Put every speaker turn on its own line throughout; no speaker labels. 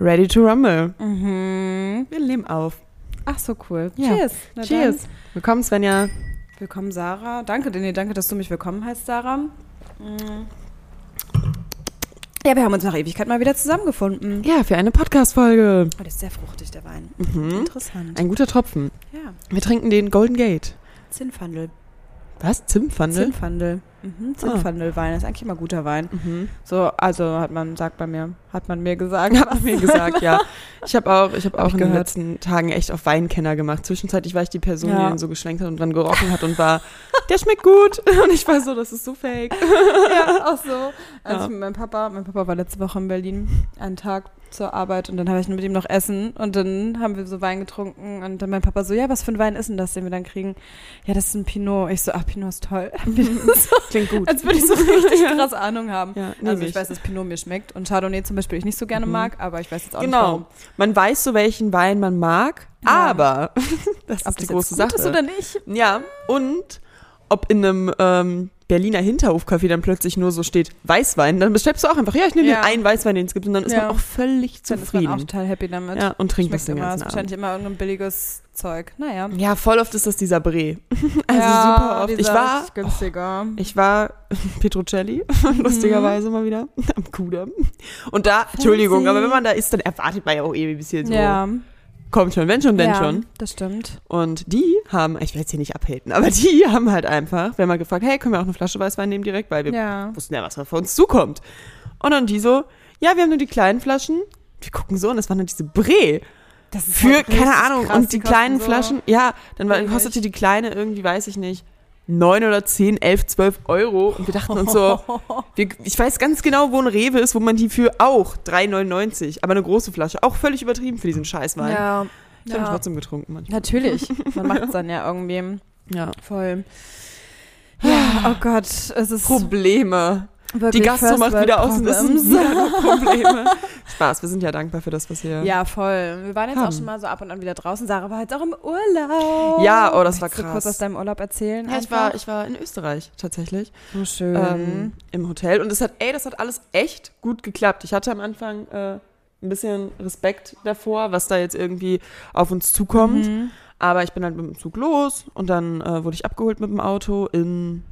Ready to Rumble.
Mhm.
Wir nehmen auf.
Ach so cool.
Ja.
Cheers. Na
Cheers. Willkommen, Svenja.
Dann. Willkommen, Sarah. Danke, nee, danke, dass du mich willkommen heißt, Sarah. Mhm. Ja, wir haben uns nach Ewigkeit mal wieder zusammengefunden.
Ja, für eine Podcast-Folge.
Oh, das ist sehr fruchtig, der Wein.
Mhm.
Interessant.
Ein guter Tropfen.
Ja,
Wir trinken den Golden Gate.
Zinnfandel.
Was? Zimtpfanne?
Zinnfandel.
Ah.
Mhm, Zinnfandelwein. Das ist eigentlich immer guter Wein.
Mhm.
So, also hat man, sagt bei mir, hat man mir gesagt.
Hat man mir gesagt, ja. Ich habe auch, ich habe auch
ich
in den
gehört.
letzten Tagen echt auf Weinkenner gemacht. Zwischenzeitlich war ich die Person,
Ja.
die dann so geschwenkt hat und dran gerochen hat und war, der schmeckt gut. Und ich war so, das ist so fake.
ja, auch so. Als
Ja.
ich mit meinem Papa, mein Papa war letzte Woche in Berlin, einen Tag zur Arbeit und dann habe ich mit ihm noch Essen und dann haben wir so Wein getrunken und dann mein Papa so, ja, was für ein Wein ist denn das, den wir dann kriegen? Ja, das ist ein Pinot. Ich so, ach, Pinot ist toll. so,
Klingt gut.
als würde ich so richtig krass Ahnung haben.
Ja,
also
nehm
ich weiß, dass Pinot mir schmeckt und Chardonnay zum Beispiel ich nicht so gerne mag, aber ich weiß jetzt auch nicht warum.
Genau. Man weiß so, welchen Wein man mag,
Ja.
aber das ist
Ob
die
das
große
jetzt gut
Sache.
ist oder nicht.
ja, und ob in einem ähm, Berliner Hinterhofcafé dann plötzlich nur so steht Weißwein, dann bestellst du auch einfach, ja, ich nehme
Ja.
den einen Weißwein, den es gibt, und dann ist
Ja.
man auch völlig
Dann ist man auch
zufrieden.
total happy damit.
Ja, und trinkt das
Schmeckt
den
immer, ist
ganzen
wahrscheinlich
Abend.
immer irgendein billiges Zeug. Naja.
Ja, voll oft ist das dieser Bré. Also
ja,
super oft. Ich
dieser
war,
ist günstiger.
ich war Petrocelli,
Mhm.
lustigerweise mal wieder, am Kudamm. Und da, Entschuldigung, aber wenn man da ist, dann erwartet man ja auch eh ein bisschen so.
ja,
Kommt schon, wenn schon, denn
ja,
schon.
Das stimmt.
Und die haben, ich will jetzt hier nicht abhaten, aber die haben halt einfach, wir haben mal gefragt, hey, können wir auch eine Flasche Weißwein nehmen direkt, weil wir
Ja.
wussten ja, was auf uns zukommt. Und dann die so, ja, wir haben nur die kleinen Flaschen. Wir gucken so und es waren dann diese Bré
Das ist
für,
halt richtig
keine Ahnung,
krass,
und die,
kosten
kleinen
so-
Flaschen, ja, dann war,
wenig.
kostete die kleine irgendwie, weiß ich nicht, neun oder zehn, elf, zwölf Euro. Und wir dachten uns so, wir, ich weiß ganz genau, wo ein Rewe ist, wo man die für auch 3,99, aber eine große Flasche, auch völlig übertrieben für diesen Scheißwein.
Ja.
Ich habe ihn
ja.
trotzdem getrunken manchmal.
Natürlich. Man macht es dann ja irgendwie
Ja.
voll. Ja, oh Gott, es ist
Probleme.
wirklich
Die Gastro
First
macht
World
wieder aus und es
Problems.
sind wieder Probleme. Spaß, wir sind ja dankbar für das, was wir.
Ja, voll. Wir waren jetzt auch
Haben.
schon mal so ab und an wieder draußen. Sarah war jetzt auch im Urlaub.
Ja, oh, das war
Willst Du kurz
krass.
aus deinem Urlaub erzählen?
Ja, ich
einfach?
war, ich war in Österreich tatsächlich
so schön.
ähm, im Hotel und es hat, ey, das hat alles echt gut geklappt. Ich hatte am Anfang äh, ein bisschen Respekt davor, was da jetzt irgendwie auf uns zukommt,
Mhm.
aber ich bin dann mit dem Zug los und dann äh, wurde ich abgeholt mit dem Auto in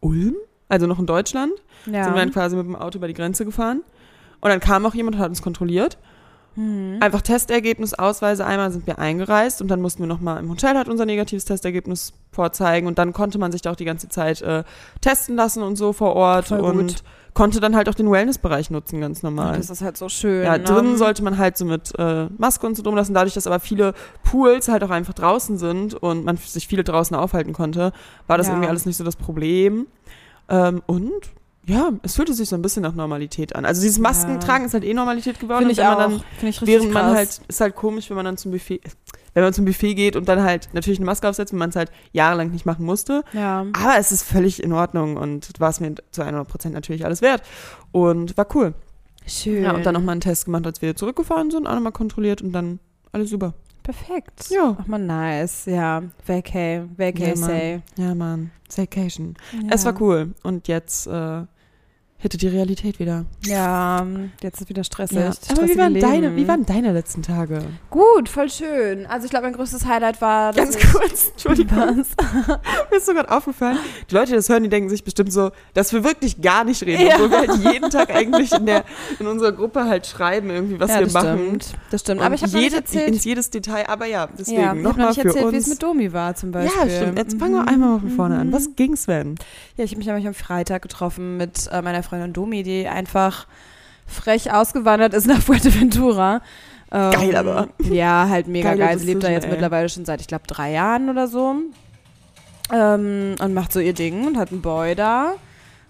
Ulm, also noch in Deutschland.
Ja.
Sind wir dann quasi mit dem Auto über die Grenze gefahren und dann kam auch jemand und hat uns kontrolliert.
mhm.
Einfach Testergebnis, Ausweise, einmal sind wir eingereist und dann mussten wir nochmal im Hotel halt unser negatives Testergebnis vorzeigen und dann konnte man sich da auch die ganze Zeit äh, testen lassen und so vor Ort
Voll gut.
und konnte dann halt auch den Wellnessbereich nutzen, ganz normal.
Das ist halt so schön.
Ja,
ne?
drinnen sollte man halt so mit äh, Maske und so drum lassen. Dadurch, dass aber viele Pools halt auch einfach draußen sind und man sich viele draußen aufhalten konnte, war das
Ja.
irgendwie alles nicht so das Problem. Ähm, und ja, es fühlte sich so ein bisschen nach Normalität an. Also dieses
Ja.
Maskentragen ist halt eh Normalität geworden.
Finde
und
ich
wenn
auch.
man dann
Finde ich richtig
Während
krass.
man halt, ist halt komisch, wenn man dann zum Buffet, wenn man zum Buffet geht und dann halt natürlich eine Maske aufsetzt, wenn man es halt jahrelang nicht machen musste.
Ja.
Aber es ist völlig in Ordnung und war es mir zu 100 Prozent natürlich alles wert. Und war cool.
Schön.
Ja, und dann nochmal einen Test gemacht, als wir zurückgefahren sind, auch nochmal kontrolliert und dann alles super.
Perfekt.
Ja.
Ach man, nice. Ja. Vacay. Vacay
Ja, Mann.
say.
Ja, Mann. Vacation.
Ja.
Es war cool. Und jetzt äh, hätte die Realität wieder.
Ja, jetzt ist wieder stressig.
Ja. Aber wie
Stressige
waren,
Leben.
deine, wie waren deine letzten Tage?
Gut, voll schön. Also ich glaube, mein größtes Highlight war... dass
Ganz
ich-
kurz, Entschuldigung. Mir ist so gerade aufgefallen, die Leute, die das hören, die denken sich bestimmt so, dass wir wirklich gar nicht reden,
Ja.
obwohl wir halt jeden Tag eigentlich in, der, in unserer Gruppe halt schreiben, irgendwie, was
ja,
wir
das
machen.
Stimmt. Das stimmt.
Und
Aber ich habe noch nicht
jede,
erzählt...
ins jedes Detail, aber ja, deswegen
Ja, ich habe noch
nochmal
nicht
für
erzählt, wie es
uns.
mit Domi war zum
Ja,
Beispiel. Mhm.
stimmt. Jetzt fangen wir einmal von vorne an. Was ging, Sven?
Ja, ich habe mich nämlich am Freitag getroffen mit äh, meiner Freundin Domi, die einfach frech ausgewandert ist nach Fuerteventura. Ähm,
Geil aber.
Ja, halt mega
Geile
geil. Sie lebt da
Decision,
jetzt
ey.
mittlerweile schon seit, ich glaube, drei Jahren oder so. Ähm, und macht so ihr Ding und hat einen Boy da.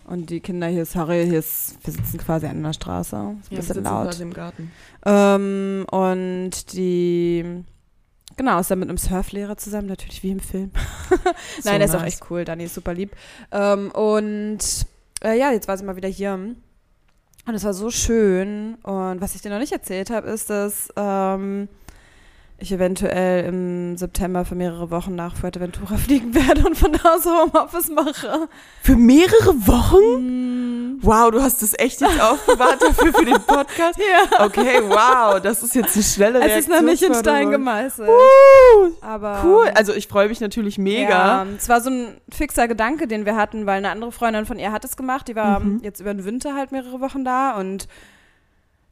Und die Kinder hier, sorry, hier ist, wir sitzen quasi an der Straße. Ist ein bisschen laut.
im Garten.
Ähm, und die, genau, ist dann mit einem Surflehrer zusammen, natürlich wie im Film. Nein, der ist auch echt cool. Dani ist super lieb. Ähm, und äh, ja, jetzt war sie mal wieder hier. Und es war so schön. Und was ich dir noch nicht erzählt habe, ist, dass ähm, ich eventuell im September für mehrere Wochen nach Fuerteventura fliegen werde und von da aus Homeoffice mache.
Für mehrere Wochen? Wow, du hast das echt jetzt aufbewahrt dafür für den Podcast?
Ja.
Okay, wow, das ist jetzt eine schnelle
Es ist noch nicht in Stein
Reaktionsförderung.
gemeißelt.
Uh,
Aber
cool, also ich freue mich natürlich mega.
Ja, es war so ein fixer Gedanke, den wir hatten, weil eine andere Freundin von ihr hat es gemacht. Die war jetzt über den Winter halt mehrere Wochen da und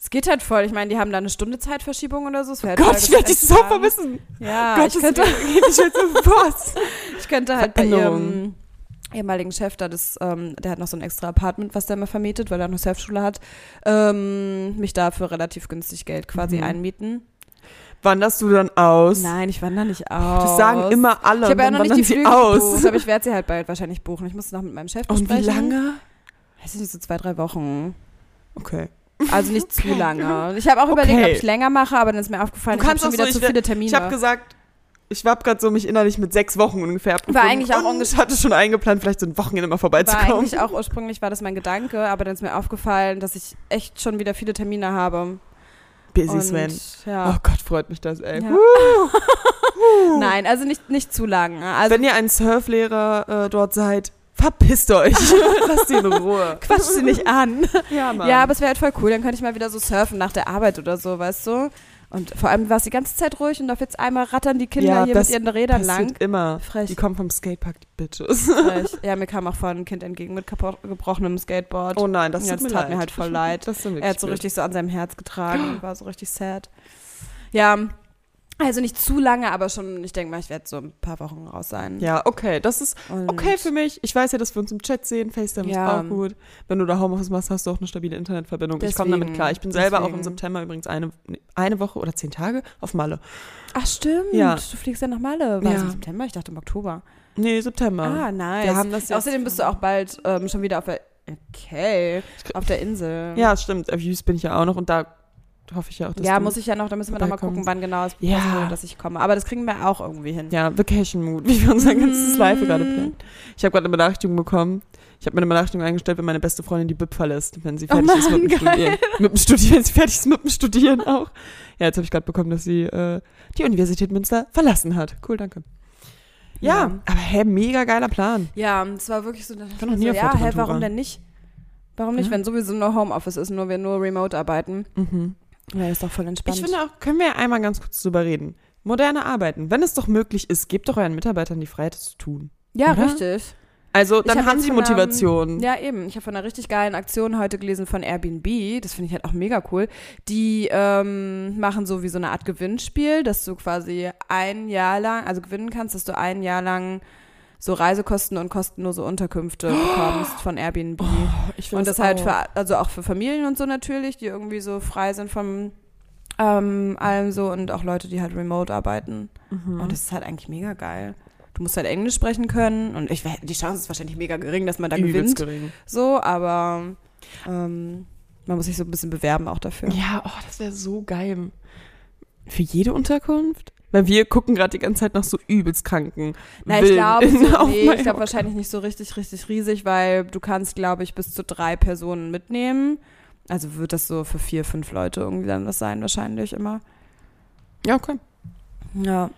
es geht halt voll. Ich meine, die haben da eine Stunde Zeitverschiebung oder so. Es wäre halt
Gott,
voll
ich werde dich so
gestresst abends.
vermissen.
Ja,
Gott,
Ah, ich, könnte,
geht nicht jetzt um Post.
ich könnte halt bei
Veränderung.
ihrem ehemaligen Chef, da das, ähm, der hat noch so ein extra Apartment, was der immer vermietet, weil er noch Surfschule hat, ähm, mich dafür relativ günstig Geld quasi
Mhm.
einmieten.
Wanderst du dann aus?
Nein, ich wandere nicht aus.
Das sagen immer alle.
Ich
und
habe ja
dann
noch nicht
wandern
die
sie
Flüge
aus.
gebucht, aber ich werde sie halt bald wahrscheinlich buchen. Ich muss noch mit meinem Chef
Und wie
besprechen.
lange?
Weiß ich nicht, so zwei, drei Wochen.
Okay.
Also nicht zu lange. Ich habe auch überlegt,
Okay.
ob ich länger mache, aber dann ist mir aufgefallen,
Du
ich habe
kannst
schon
auch
wieder
so,
zu
ich-
viele Termine.
Ich habe gesagt, ich war gerade so mich innerlich mit sechs Wochen ungefähr abgefunden.
eigentlich auch
und ich hatte schon eingeplant, vielleicht so ein Wochenende mal
war
vorbeizukommen.
eigentlich auch ursprünglich war das mein Gedanke, aber dann ist mir aufgefallen, dass ich echt schon wieder viele Termine habe.
Busy
Und,
Sven.
ja.
Oh Gott, freut mich das, ey.
Ja.
Huh.
Nein, also nicht, nicht zu lang. Also
Wenn ihr ein Surflehrer äh, dort seid, verpisst euch. Lasst ihn in Ruhe.
quatsch sie nicht an.
Ja, Mann.
Ja, aber es wäre halt voll cool. Dann könnte ich mal wieder so surfen nach der Arbeit oder so, weißt du? Und vor allem war es die ganze Zeit ruhig und auf jetzt einmal rattern die Kinder
Ja,
hier
das
mit ihren Rädern
passiert
lang.
immer. Die
Frech.
kommen vom Skatepark, die Bitches.
Frech. Ja, mir kam auch vorhin ein Kind entgegen mit kapott, gebrochenem Skateboard.
Oh nein, das,
Ja,
tut
das
mir
tat
leid.
mir halt voll leid.
Das tut mir
Er hat so
wirklich
richtig so an seinem Herz getragen und war so richtig sad. Ja, also nicht zu lange, aber schon, ich denke mal, ich werde so ein paar Wochen raus sein.
leid. Ja, okay, das ist
Und
okay für mich. Ich weiß ja, dass wir uns im Chat sehen. FaceTime
Ja.
ist auch gut. Wenn du da Homeoffice machst, hast du auch eine stabile Internetverbindung. ich komme damit
Deswegen,
klar. Ich bin selber auch im
deswegen.
September übrigens eine, nee, eine Woche oder zehn Tage auf Malle.
Ach, stimmt.
Ja.
Du fliegst ja nach Malle. War
Ja.
es im September? Ich dachte im Oktober.
Nee, September.
Ah, nice.
Wir haben das jetzt-
Außerdem bist du auch bald ähm, schon wieder auf der. Okay. Auf der Insel.
Ja, stimmt. Auf Hughes bin ich ja auch noch und da hoffe ich ja auch, dass
Ja,
du
muss ich ja noch, da müssen wir noch mal gucken,
vorbeikommst.
wann genau es
Ja.
possible, dass ich komme. Aber das kriegen wir auch irgendwie hin.
Ja, Vacation Mood, wie wir unser ganzes Live gerade
Mhm.
planen. Ich habe gerade eine Benachrichtigung bekommen. Ich habe mir eine Benachrichtigung eingestellt, wenn meine beste Freundin die BIP verlässt, wenn sie
Oh
fertig ist
Mann,
mit dem
geil.
Studieren. Mit dem Studieren, wenn sie fertig ist mit dem Studieren auch. Ja, jetzt habe ich gerade bekommen, dass sie äh, die Universität Münster verlassen hat. Cool, danke. Ja,
Ja.
aber hä, mega geiler Plan.
Ja, es war wirklich so, dass ich
war noch
mir so,
nie auf
ja, hä,
Fuerteventura.
warum denn nicht? Warum nicht,
Ja.
wenn sowieso nur Homeoffice ist, nur wir nur remote arbeiten?
Mhm.
Ja, ist doch voll entspannt.
Ich finde auch, können wir ja einmal ganz kurz drüber reden. Moderne Arbeiten, wenn es doch möglich ist, gebt doch euren Mitarbeitern die Freiheit, es zu tun.
ja,
oder?
richtig.
Also,
Ich
dann
hab
haben
jetzt
sie
von einem-
Motivation.
Ja, eben. Ich habe von einer richtig geilen Aktion heute gelesen von Airbnb. Das finde ich halt auch mega cool. Die ähm, machen so wie so eine Art Gewinnspiel, dass du quasi ein Jahr lang, also gewinnen kannst, dass du ein Jahr lang so Reisekosten und kostenlose Unterkünfte bekommst von Airbnb.
ich
Und das, halt für, also auch für Familien und so natürlich, die irgendwie so frei sind vom ähm, allem so und auch Leute, die halt remote arbeiten.
Mhm.
Und das ist halt eigentlich mega geil. Du musst halt Englisch sprechen können und ich, wär- die Chance ist wahrscheinlich mega gering, dass man da gewinnt.
gering.
So, aber ähm, man muss sich so ein bisschen bewerben auch dafür.
Ja, oh, das wäre so geil. Für jede Unterkunft? Weil wir gucken gerade die ganze Zeit nach so übelst kranken.
Na, ich
Villen
glaube,
in-
so,
auf
nee, ich
Mallorca.
glaube wahrscheinlich nicht so richtig, richtig riesig, weil du kannst, glaube ich, bis zu drei Personen mitnehmen. Also wird das so für vier, fünf Leute irgendwie dann was sein, wahrscheinlich immer.
Ja, okay.
Ja.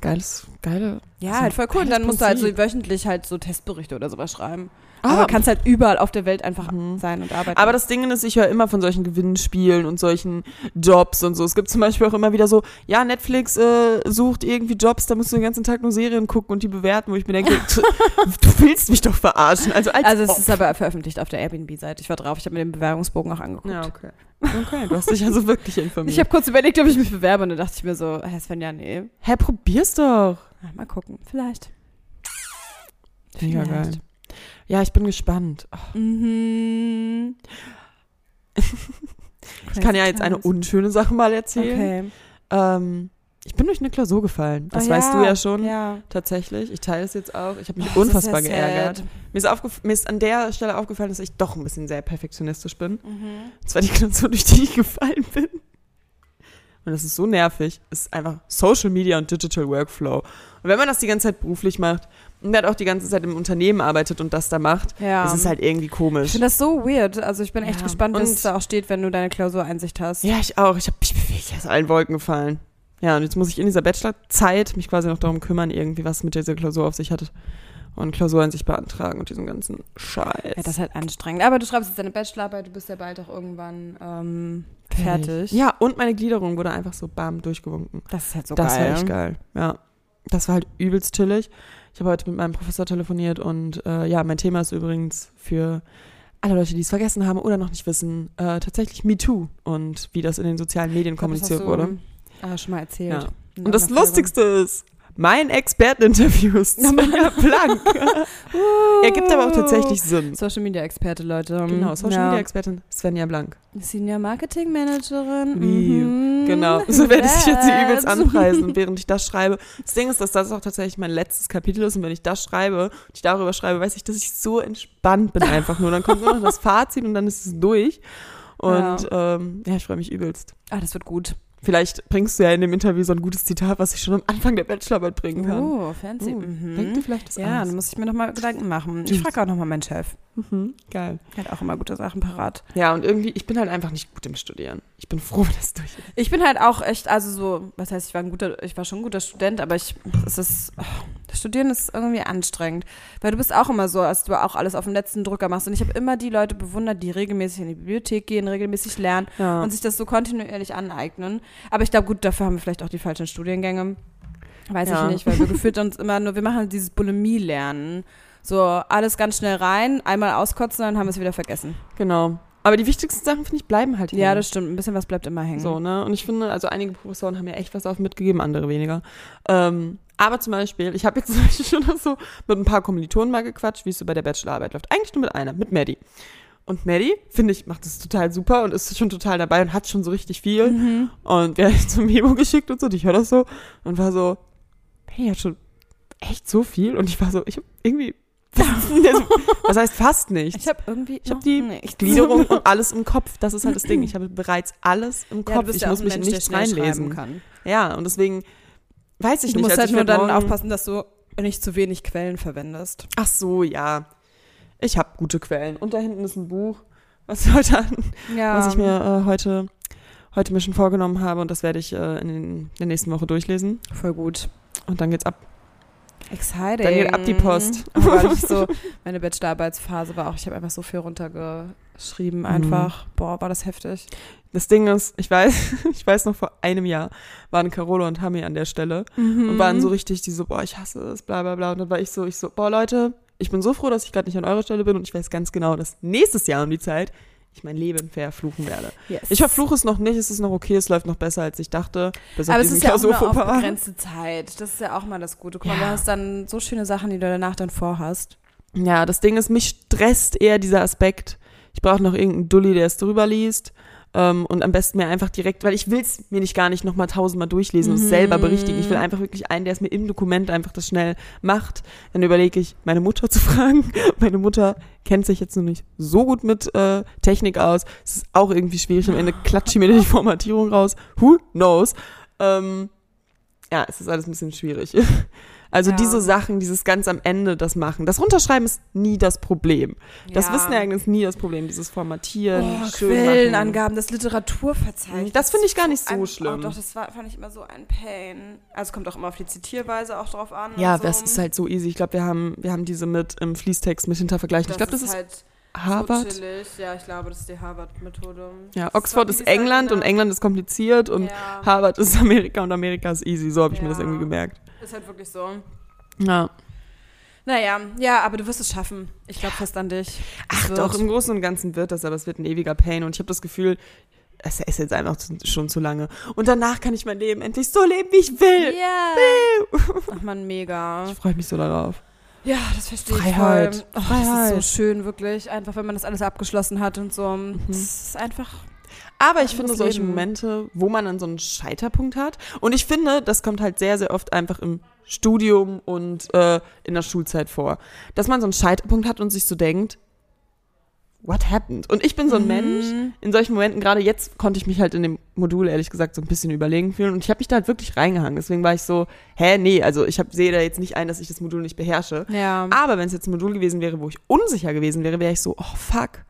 Geiles, geile. Das
Ja,
ist
halt
ein
voll cool. Und
geiles
dann musst du halt so
Prinzip. Ah.
wöchentlich halt so Testberichte oder sowas schreiben. Aber kannst halt überall auf der Welt einfach sein und arbeiten.
Mhm. aber das Ding ist, ich höre immer von solchen Gewinnspielen und solchen Jobs und so. Es gibt zum Beispiel auch immer wieder so, ja, Netflix äh, sucht irgendwie Jobs, da musst du den ganzen Tag nur Serien gucken und die bewerten, wo ich mir denke, du, du willst mich doch verarschen. Also, als
also es
ob.
ist aber veröffentlicht auf der Airbnb-Seite. Ich war drauf, ich habe mir den Bewerbungsbogen auch angeguckt.
Ja, okay. Okay, du hast dich also wirklich informiert.
Ich habe kurz überlegt, ob ich mich bewerbe und dann dachte ich mir so, Herr Sven, ja, nee.
Hä, probier's doch.
Na, Mal gucken, vielleicht.
Mega
Vielleicht.
geil. Ja, ich bin gespannt.
Mhm.
Ich kann ja jetzt eine unschöne Sache mal erzählen.
Okay.
Ähm, ich bin durch eine Klausur gefallen. Das
Oh ja,
weißt du ja schon.
Ja.
Tatsächlich. Ich teile es jetzt auch. Ich habe mich
Oh, das
unfassbar
ist ja
geärgert.
sad.
Mir ist, aufgef- mir ist an der Stelle aufgefallen, dass ich doch ein bisschen sehr perfektionistisch bin.
Mhm.
Und zwar die Klausur, durch die ich gefallen bin. Und das ist so nervig. Es Ist einfach Social Media und Digital Workflow. Und wenn man das die ganze Zeit beruflich macht und dann auch die ganze Zeit im Unternehmen arbeitet und das da macht,
Ja.
ist es halt irgendwie
ich
komisch.
finde das so weird. Also ich bin echt
Ja.
gespannt, was
Und-
da auch steht, wenn du deine Klausur Einsicht hast.
Ja, ich auch. Ich, hab, ich bin wirklich aus allen Wolken gefallen. Ja, und jetzt muss ich in dieser Bachelorzeit mich quasi noch darum kümmern, irgendwie was mit dieser Klausur auf sich hat und Klausuren sich beantragen und diesen ganzen Scheiß.
Ja, das ist halt anstrengend. Aber du schreibst jetzt deine Bachelorarbeit, du bist ja bald auch irgendwann ähm, fertig.
Ja, und meine Gliederung wurde einfach so bam durchgewunken.
Das ist halt so
das
geil.
war echt geil. Ja. Das war halt übelst chillig. Ich habe heute mit meinem Professor telefoniert und äh, ja, mein Thema ist übrigens für alle Leute, die es vergessen haben oder noch nicht wissen, äh, tatsächlich MeToo und wie das in den sozialen Medien
Ich glaub, das
kommuniziert
hast du,
wurde.
Ah, schon mal erzählt.
Ja.
In
Und das
irgendeiner Folge.
Lustigste ist, mein Experteninterview ist Svenja Plank. er gibt aber auch tatsächlich Sinn.
Uh, Social Media Experte, Leute.
Genau, Social
Ja.
Media Expertin Svenja Blank.
Senior Marketing Managerin.
Wie?
Mhm.
Genau. So werde ich jetzt hier übelst
Yes.
anpreisen, während ich das schreibe. Das Ding ist, dass das auch tatsächlich mein letztes Kapitel ist und wenn ich das schreibe und ich darüber schreibe, weiß ich, dass ich so entspannt bin einfach nur. Dann kommt nur noch das Fazit und dann ist es durch. Und ja, ähm, ja ich freue mich übelst.
Ah, das wird gut.
Vielleicht bringst du ja in dem Interview so ein gutes Zitat, was ich schon am Anfang der Bachelorarbeit bringen kann.
Oh, fancy.
Uh,
Mhm.
Denk dir vielleicht das
Ja,
aus.
dann muss ich mir nochmal Gedanken machen. Ich
Tschüss.
frage auch nochmal meinen Chef.
Mhm, geil.
Der hat auch immer gute Sachen parat.
Ja, und irgendwie, ich bin halt einfach nicht gut im Studieren. Ich bin froh, wenn das durch ist.
Ich bin halt auch echt, also so, was heißt, ich war ein guter, ich war schon ein guter Student, aber ich, es ist, oh, das Studieren ist irgendwie anstrengend. Weil du bist auch immer so, als du auch alles auf dem letzten Drücker machst. Und ich habe immer die Leute bewundert, die regelmäßig in die Bibliothek gehen, regelmäßig lernen
Ja.
und sich das so kontinuierlich aneignen. Aber ich glaube, gut, dafür haben wir vielleicht auch die falschen Studiengänge. Weiß
Ja.
ich nicht, weil wir gefühlt uns immer nur, wir machen halt dieses Bulimie-Lernen. So, alles ganz schnell rein, einmal auskotzen, dann haben wir es wieder vergessen.
genau. Aber die wichtigsten Sachen, finde ich, bleiben halt hängen.
Ja, das stimmt. Ein bisschen was bleibt immer hängen.
So, ne? Und ich finde, also einige Professoren haben mir echt was auf mitgegeben, andere weniger. Ähm, aber zum Beispiel, ich habe jetzt zum Beispiel schon so mit ein paar Kommilitonen mal gequatscht, wie es so bei der Bachelorarbeit läuft. Eigentlich nur mit einer, mit Maddie. Und Maddie, finde ich, macht das total super und ist schon total dabei und hat schon so richtig viel.
Mhm.
Und wir haben sie zum Memo geschickt und so, und ich höre das so und war so, Maddie hat schon echt so viel. Und ich war so, ich habe irgendwie, was heißt fast nichts.
Ich habe irgendwie.
Ich hab
noch
die
nichts.
Gliederung und alles im Kopf. Das ist halt das Ding. Ich habe bereits alles im
Ja, du
Kopf.
bist
ich
ja
muss
auch ein
mich in
Mensch, der
nichts
schnell schreiben
reinlesen.
Kann.
Ja, und deswegen weiß ich
Du
nicht.
musst
also
halt
ich
nur
werd
dann
morgen-
aufpassen, dass du nicht zu wenig Quellen verwendest.
Ach so, ja. Ich habe gute Quellen. Und da hinten ist ein Buch, was, heute, an-
Ja.
was ich mir äh, heute, heute mir schon vorgenommen habe. Und das werde ich äh, in, den, in der nächsten Woche durchlesen.
Voll gut.
Und dann geht's ab.
Exciting.
Dann geht ab die Post.
Aber Oh ich so, meine Bachelorarbeitsphase war auch, ich habe einfach so viel runtergeschrieben einfach. Boah, war das heftig.
Das Ding ist, ich weiß, ich weiß noch vor einem Jahr waren Carola und Tammy an der Stelle.
Mhm.
und waren so richtig, die so, boah, ich hasse es, bla bla bla. Und dann war ich so, ich so, boah, Leute, ich bin so froh, dass ich gerade nicht an eurer Stelle bin und ich weiß ganz genau, dass nächstes Jahr um die Zeit ich mein Leben verfluchen werde.
Yes.
Ich verfluche es noch nicht, es ist noch okay, es läuft noch besser, als ich dachte. Bis
Aber es ist ja auch nur auf
Klausurfauxpas.
begrenzte Zeit. Das ist ja auch mal das Gute. Guck mal,
Ja.
du hast dann so schöne Sachen, die du danach dann vorhast.
Ja, das Ding ist, mich stresst eher dieser Aspekt. Ich brauche noch irgendeinen Dulli, der es drüber liest. Ähm, und am besten mir einfach direkt, weil ich will es mir nicht gar nicht nochmal tausendmal durchlesen und es selber berichtigen. Ich will einfach wirklich einen, der es mir im Dokument einfach das schnell macht. Dann überlege ich, meine Mutter zu fragen. Meine Mutter kennt sich jetzt noch nicht so gut mit äh, Technik aus. Es ist auch irgendwie schwierig. Am Ende klatscht sie mir die Formatierung raus. Who knows? Ähm, ja, es ist alles ein bisschen schwierig. Also
Ja.
diese Sachen, dieses ganz am Ende das machen. Das Runterschreiben ist nie das Problem. Das
Ja.
Wissenergängen ist nie das Problem. Dieses Formatieren,
Oh,
schön machen.
Quellenangaben, das Literaturverzeichnis.
Das finde ich gar nicht so
Ein-
schlimm.
Oh, doch, das war, fand ich immer so ein Pain. Also es kommt auch immer auf die Zitierweise auch drauf an.
Ja,
und so.
das ist halt so easy. Ich glaube, wir haben, wir haben diese mit im Fließtext mit hintervergleichen. Ich glaube, das ist,
halt
Harvard.
So chillig. ja, ich glaube, das ist die Harvard-Methode.
ja,
Das
Oxford
doch
ist
wie gesagt,
England und
genau-
England ist kompliziert und
Ja,
Harvard ist Amerika und Amerika ist easy. So habe ich mir
Ja.
das irgendwie gemerkt.
ist halt wirklich so.
Ja.
Naja, ja, aber du wirst es schaffen. Ich glaube fest an dich.
Ach
Es wird.
doch, im Großen und Ganzen wird das, aber es wird ein ewiger Pain und ich habe das Gefühl, es ist jetzt einfach zu, schon zu lange. Und danach kann ich mein Leben endlich so leben, wie ich will.
Yeah. Ach man, mega.
Ich freue mich so darauf.
Ja, das verstehe
Freiheit.
ich voll. Oh, Das
Freiheit. Mhm.
ist so schön, wirklich. Einfach, wenn man das alles abgeschlossen hat und so. Das ist einfach
Aber ich
Anderes
finde solche
Leben.
Momente, wo man dann so einen Scheiterpunkt hat. Und ich finde, das kommt halt sehr, sehr oft einfach im Studium und äh, in der Schulzeit vor. Dass man so einen Scheiterpunkt hat und sich so denkt, what happened? Und ich bin so ein Mensch, in solchen Momenten, gerade jetzt konnte ich mich halt in dem Modul, ehrlich gesagt, so ein bisschen überlegen fühlen. Und ich habe mich da halt wirklich reingehangen. Deswegen war ich so, hä, nee, also ich hab, sehe da jetzt nicht ein, dass ich das Modul nicht beherrsche.
Ja.
Aber wenn es jetzt ein Modul gewesen wäre, wo ich unsicher gewesen wäre, wäre ich so, oh fuck,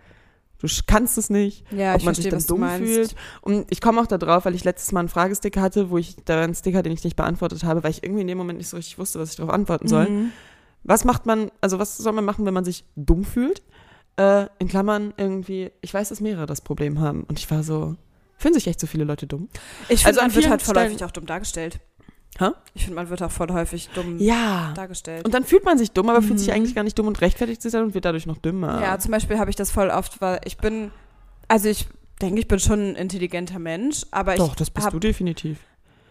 Du sch- kannst es nicht,
Ja,
ob man sich dann dumm fühlt. Und ich komme auch da drauf, weil ich letztes Mal einen Fragesticker hatte, wo ich da war ein Sticker, den ich nicht beantwortet habe, weil ich irgendwie in dem Moment nicht so richtig wusste, was ich darauf antworten soll.
Mhm.
Was macht man, also was soll man machen, wenn man sich dumm fühlt? Äh, in Klammern irgendwie, ich weiß, dass mehrere das Problem haben. Und ich war so, fühlen sich echt so viele Leute dumm?
Ich
Also
finde,
an
man wird
vielen
halt voll
Stellen-
häufig auch dumm dargestellt.
Hä?
Ich finde, man wird auch voll häufig dumm
Ja.
dargestellt.
Und dann fühlt man sich dumm, aber fühlt sich
Mhm.
eigentlich gar nicht dumm und rechtfertigt sich dann und wird dadurch noch dümmer.
Ja, also zum Beispiel habe ich das voll oft, weil ich bin, also ich denke, ich bin schon ein intelligenter Mensch, aber ich.
Doch, das bist
hab-
du definitiv.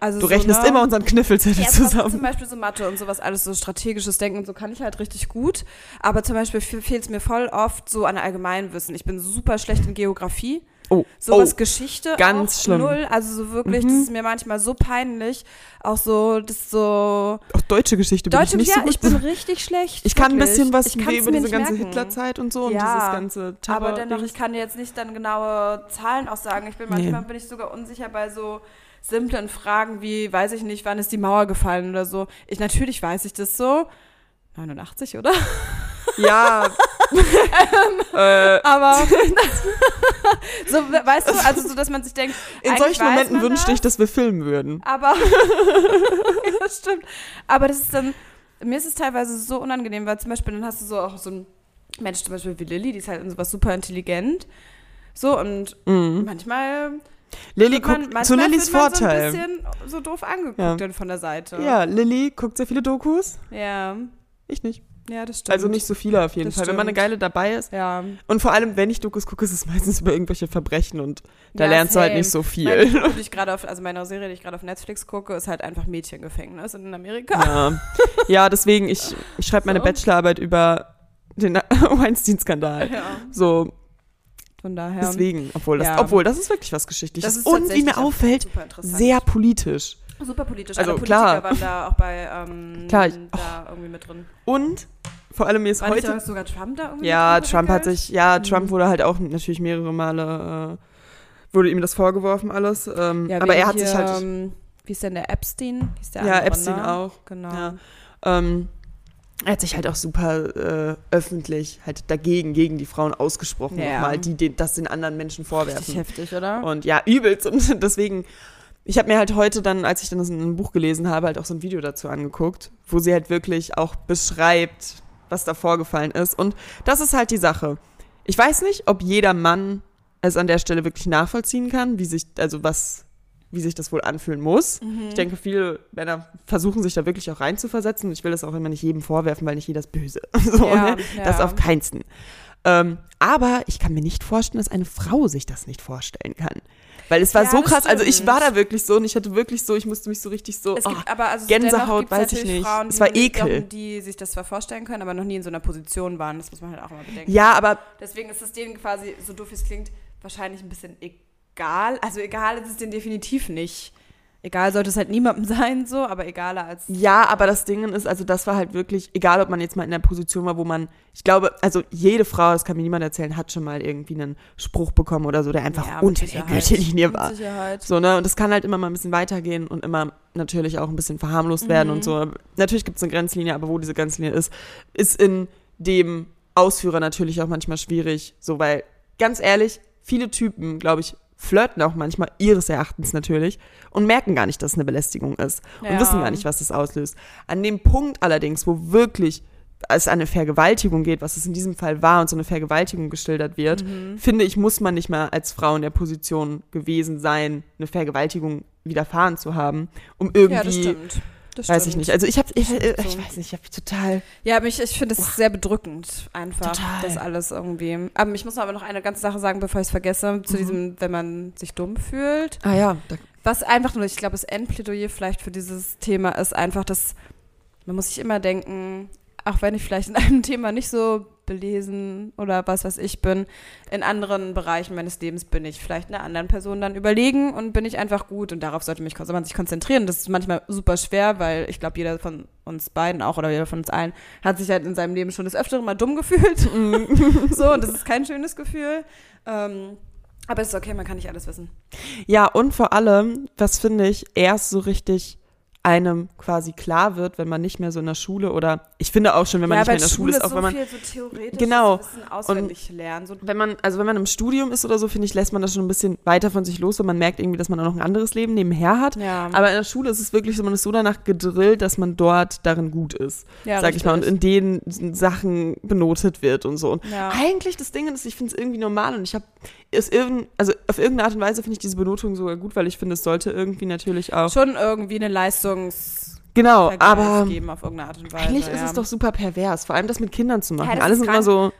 Also
Du
so,
rechnest
ne,
immer unseren Kniffelzettel
Ja, aber Zum
zusammen.
Beispiel so Mathe und sowas, alles so strategisches Denken und so kann ich halt richtig gut. Aber zum Beispiel fehlt es mir voll oft so an Allgemeinwissen. Ich bin super schlecht in Geografie.
Oh,
Sowas
oh.
Geschichte.
ganz
auch
schlimm. Mhm.
Null. Also so wirklich, das ist mir manchmal so peinlich. Auch so, das so.
Auch oh, deutsche Geschichte bin
Deutsche,
ich nicht
ja,
so gut.
ich bin richtig schlecht.
ich kann ein
wirklich.
bisschen was
Ich kann's
über
mir
diese
nicht
ganze
merken.
Hitlerzeit und so und
Ja,
dieses ganze Terror.
Aber dennoch, ich kann dir jetzt nicht dann genaue Zahlen auch sagen. Ich bin
Nee.
manchmal bin ich sogar unsicher bei so simplen Fragen wie, weiß ich nicht, wann ist die Mauer gefallen oder so. Ich natürlich weiß ich das so. 89, oder?
ja. äh,
Aber so, weißt du, also so, dass man sich denkt,
in
eigentlich
solchen
weiß
Momenten
man
wünschte
das,
ich, dass wir filmen würden.
Aber das stimmt. Aber das ist dann, mir ist es teilweise so unangenehm, weil zum Beispiel dann hast du so auch so einen Mensch, zum Beispiel wie Lilly, die ist halt in sowas super intelligent. So, und manchmal
Mhm. Lilly
wird man-
guckt zu
manchmal
Lillys
wird man
Vorteil.
So ein bisschen so doof angeguckt
Ja.
dann von der Seite.
ja, Lilly guckt sehr viele Dokus.
Ja,
Ich nicht.
ja das stimmt.
Also nicht so viele auf jeden
Das
Fall. Wenn man eine
stimmt.
geile dabei ist.
Ja.
Und vor allem, wenn ich Dokus gucke, ist es meistens über irgendwelche Verbrechen und da
Ja,
lernst du halt
same.
nicht so viel.
Meine, die ich gerade auf, also meine Serie, die ich gerade auf Netflix gucke, ist halt einfach Mädchengefängnis in Amerika.
Ja, ja deswegen, ich, ich schreibe meine
So.
Bachelorarbeit über den Weinstein-Skandal.
Ja.
So,
Von daher.
deswegen, obwohl das,
Ja.
obwohl das ist wirklich was Geschichtliches.
Das ist
Und wie
tatsächlich
mir
einfach
auffällt,
super interessant.
sehr politisch.
super politisch.
Also,
Alle Politiker
klar.
waren da auch bei ähm,
Klar, ich-
da irgendwie mit drin.
Und vor allem mir ist
War nicht
heute.
sogar- sogar Trump da irgendwie
Ja,
mit drin
Trump hat
verwickelt?
sich, ja, Trump wurde halt auch natürlich mehrere Male, äh, wurde ihm das vorgeworfen alles. Ähm,
Ja,
aber
wegen
er hat
hier,
sich halt,
ähm, wie ist denn der Epstein? Hieß der
ja,
andere,
Epstein
ne?
auch.
Genau.
Ja. Ähm, er hat sich halt auch super äh, öffentlich halt dagegen, gegen die Frauen ausgesprochen,
Ja.
nochmal, die den, das den anderen Menschen
Richtig
vorwerfen.
heftig, oder?
Und ja, übelst. Und deswegen, ich habe mir halt heute dann, als ich dann das in einem Buch gelesen habe, halt auch so ein Video dazu angeguckt, wo sie halt wirklich auch beschreibt, was da vorgefallen ist. Und das ist halt die Sache. Ich weiß nicht, ob jeder Mann es an der Stelle wirklich nachvollziehen kann, wie sich, also was, wie sich das wohl anfühlen muss. Ich denke, viele Männer versuchen sich da wirklich auch reinzuversetzen. Ich will das auch immer nicht jedem vorwerfen, weil nicht jeder ist böse. So,
Ja,
ne?
ja.
Das auf keinsten. Ähm, aber ich kann mir nicht vorstellen, dass eine Frau sich das nicht vorstellen kann. Weil es war
Ja,
so
das
krass. Also ich
stimmt.
war da wirklich so und ich hatte wirklich so, ich musste mich so richtig so.
Es
oh,
gibt aber also so
Gänsehaut,
dennoch gibt's
weiß ich
natürlich
nicht.
Frauen,
Es
die
war
nicht
Ekel.
glauben, die sich das zwar vorstellen können, aber noch nie in so einer Position waren. Das muss man halt auch immer bedenken.
ja, aber
Deswegen ist es denen quasi, so doof wie es klingt, wahrscheinlich ein bisschen egal. Also egal ist es denen definitiv nicht. Egal sollte es halt niemandem sein, so, aber egaler als.
Ja, aber das Ding ist, also das war halt wirklich, egal ob man jetzt mal in der Position war, wo man, ich glaube, also jede Frau, das kann mir niemand erzählen, hat schon mal irgendwie einen Spruch bekommen oder so, der einfach
Ja, mit
unter der
Sicherheit.
Gürtellinie war.
Mit Sicherheit.
So, ne? Und das kann halt immer mal ein bisschen weitergehen und immer natürlich auch ein bisschen verharmlost werden und so. Natürlich gibt es eine Grenzlinie, aber wo diese Grenzlinie ist, ist in dem Ausführer natürlich auch manchmal schwierig. So, weil, ganz ehrlich, viele Typen, glaube ich, flirten auch manchmal, ihres Erachtens natürlich, und merken gar nicht, dass es eine Belästigung ist. Und
Ja.
wissen gar nicht, was das auslöst. An dem Punkt allerdings, wo wirklich es an eine Vergewaltigung geht, was es in diesem Fall war und so eine Vergewaltigung geschildert wird,
Mhm.
finde ich, muss man nicht mal als Frau in der Position gewesen sein, eine Vergewaltigung widerfahren zu haben, um irgendwie,
Ja, das stimmt. Das
weiß ich
stimmt.
nicht. Also ich habe, ich, ich,
stimmt so.
weiß nicht, ich habe total,
Ja, mich, ich finde es sehr bedrückend, einfach,
Total.
das alles irgendwie. Aber ich muss aber noch eine ganze Sache sagen, bevor ich es vergesse,
Mhm.
zu diesem, wenn man sich dumm fühlt.
ah ja, da,
Was einfach nur, ich glaube, das Endplädoyer vielleicht für dieses Thema ist einfach, dass man muss sich immer denken, auch wenn ich vielleicht in einem Thema nicht so belesen oder was weiß ich bin, in anderen Bereichen meines Lebens bin ich vielleicht einer anderen Person dann überlegen und bin ich einfach gut und darauf sollte, mich, sollte man sich konzentrieren. Das ist manchmal super schwer, weil ich glaube, jeder von uns beiden auch oder jeder von uns allen hat sich halt in seinem Leben schon des Öfteren mal dumm gefühlt. so, und das ist kein schönes Gefühl. Ähm, aber es ist okay, man kann nicht alles wissen.
Ja, und vor allem, das finde ich erst so richtig einem quasi klar wird, wenn man nicht mehr so in der Schule oder ich finde auch schon, wenn man
ja,
nicht mehr
weil
in der Schule ist, auch
so
wenn man
viel so theoretisch
Genau.
Wissen auswendig lernen. So,
wenn man, also wenn man im Studium ist oder so, finde ich, lässt man das schon ein bisschen weiter von sich los und man merkt irgendwie, dass man auch noch ein anderes Leben nebenher hat.
ja,
Aber in der Schule ist es wirklich so, man ist so danach gedrillt, dass man dort darin gut ist,
ja,
sag ich mal, und
richtig.
in den Sachen benotet wird und so. Und
Ja.
eigentlich das Ding ist, ich finde es irgendwie normal und ich habe es irgend, also auf irgendeine Art und Weise finde ich diese Benotung sogar gut, weil ich finde, es sollte irgendwie natürlich auch.
schon irgendwie eine Leistungs
Genau, aber
geben auf irgendeine Art und Weise.
eigentlich ist
ja.
es doch super pervers, vor allem das mit Kindern zu machen.
das
Alle
ist
sind immer
krank.
so